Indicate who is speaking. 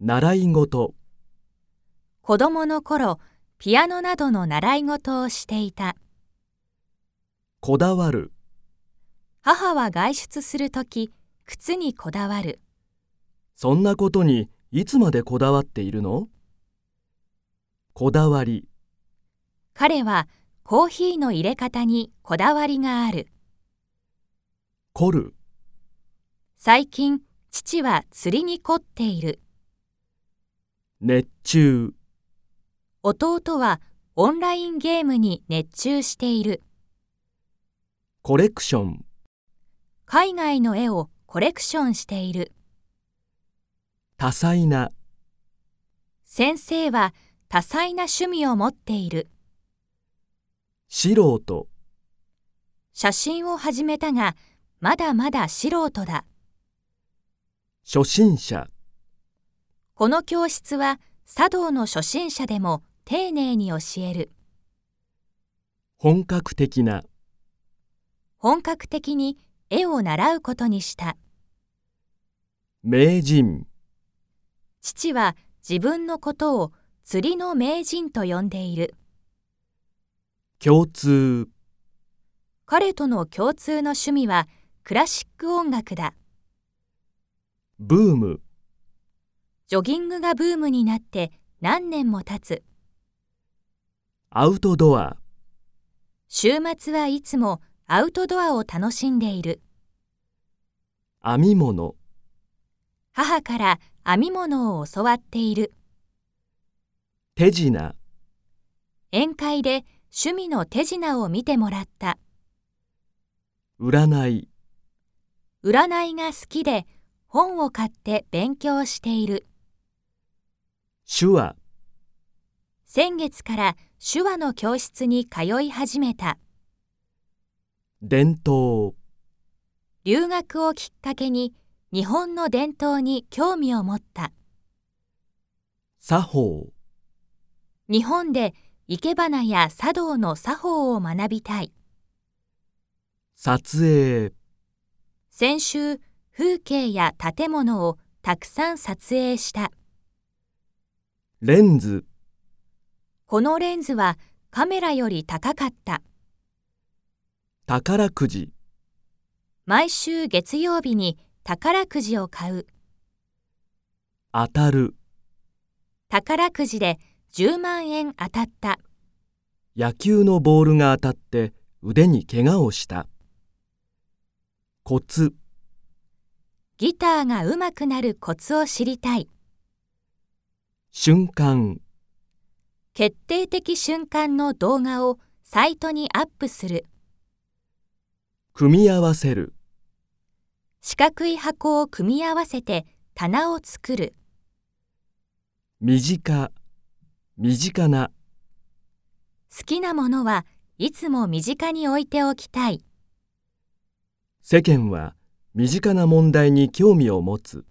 Speaker 1: 習い事、
Speaker 2: 子供の頃、ピアノなどの習い事をしていた。
Speaker 1: こだわる、
Speaker 2: 母は外出するとき、靴にこだわる。
Speaker 1: そんなことにいつまでこだわっているのこだわり、
Speaker 2: 彼はコーヒーの入れ方にこだわりがある。
Speaker 1: 凝る、
Speaker 2: 最近、父は釣りに凝っている。
Speaker 1: 熱中、
Speaker 2: 弟はオンラインゲームに熱中している。
Speaker 1: コレクション、
Speaker 2: 海外の絵をコレクションしている。
Speaker 1: 多彩な、
Speaker 2: 先生は多彩な趣味を持っている。
Speaker 1: 素人、
Speaker 2: 写真を始めたが、まだまだ素人だ。
Speaker 1: 初心者、
Speaker 2: この教室は茶道の初心者でも丁寧に教える。
Speaker 1: 本格的な、
Speaker 2: 本格的に絵を習うことにした。
Speaker 1: 名人、
Speaker 2: 父は自分のことを釣りの名人と呼んでいる。
Speaker 1: 共通、
Speaker 2: 彼との共通の趣味はクラシック音楽だ。
Speaker 1: ブーム、
Speaker 2: ジョギングがブームになって何年も経つ。
Speaker 1: アウトドア、
Speaker 2: 週末はいつもアウトドアを楽しんでいる。
Speaker 1: 編み物、
Speaker 2: 母から編み物を教わっている。
Speaker 1: 手品、
Speaker 2: 宴会で趣味の手品を見てもらった。
Speaker 1: 占い、
Speaker 2: 占いが好きで本を買って勉強している。
Speaker 1: 手話、
Speaker 2: 先月から手話の教室に通い始めた。
Speaker 1: 伝統、
Speaker 2: 留学をきっかけに日本の伝統に興味を持った。
Speaker 1: 作法、
Speaker 2: 日本で生け花や茶道の作法を学びたい。
Speaker 1: 撮影、
Speaker 2: 先週、風景や建物をたくさん撮影した。
Speaker 1: レンズ、
Speaker 2: このレンズはカメラより高かった。
Speaker 1: 宝くじ、
Speaker 2: 毎週月曜日に宝くじを買う。
Speaker 1: 当たる、
Speaker 2: 宝くじで10万円当たった。
Speaker 1: 野球のボールが当たって腕に怪我をした。コツ、
Speaker 2: ギターが上手くなるコツを知りたい。
Speaker 1: 瞬間、
Speaker 2: 決定的瞬間の動画をサイトにアップする。
Speaker 1: 組み合わせる、
Speaker 2: 四角い箱を組み合わせて棚を作る。
Speaker 1: 身近、身近な、
Speaker 2: 好きなものはいつも身近に置いておきたい。
Speaker 1: 世間は身近な問題に興味を持つ。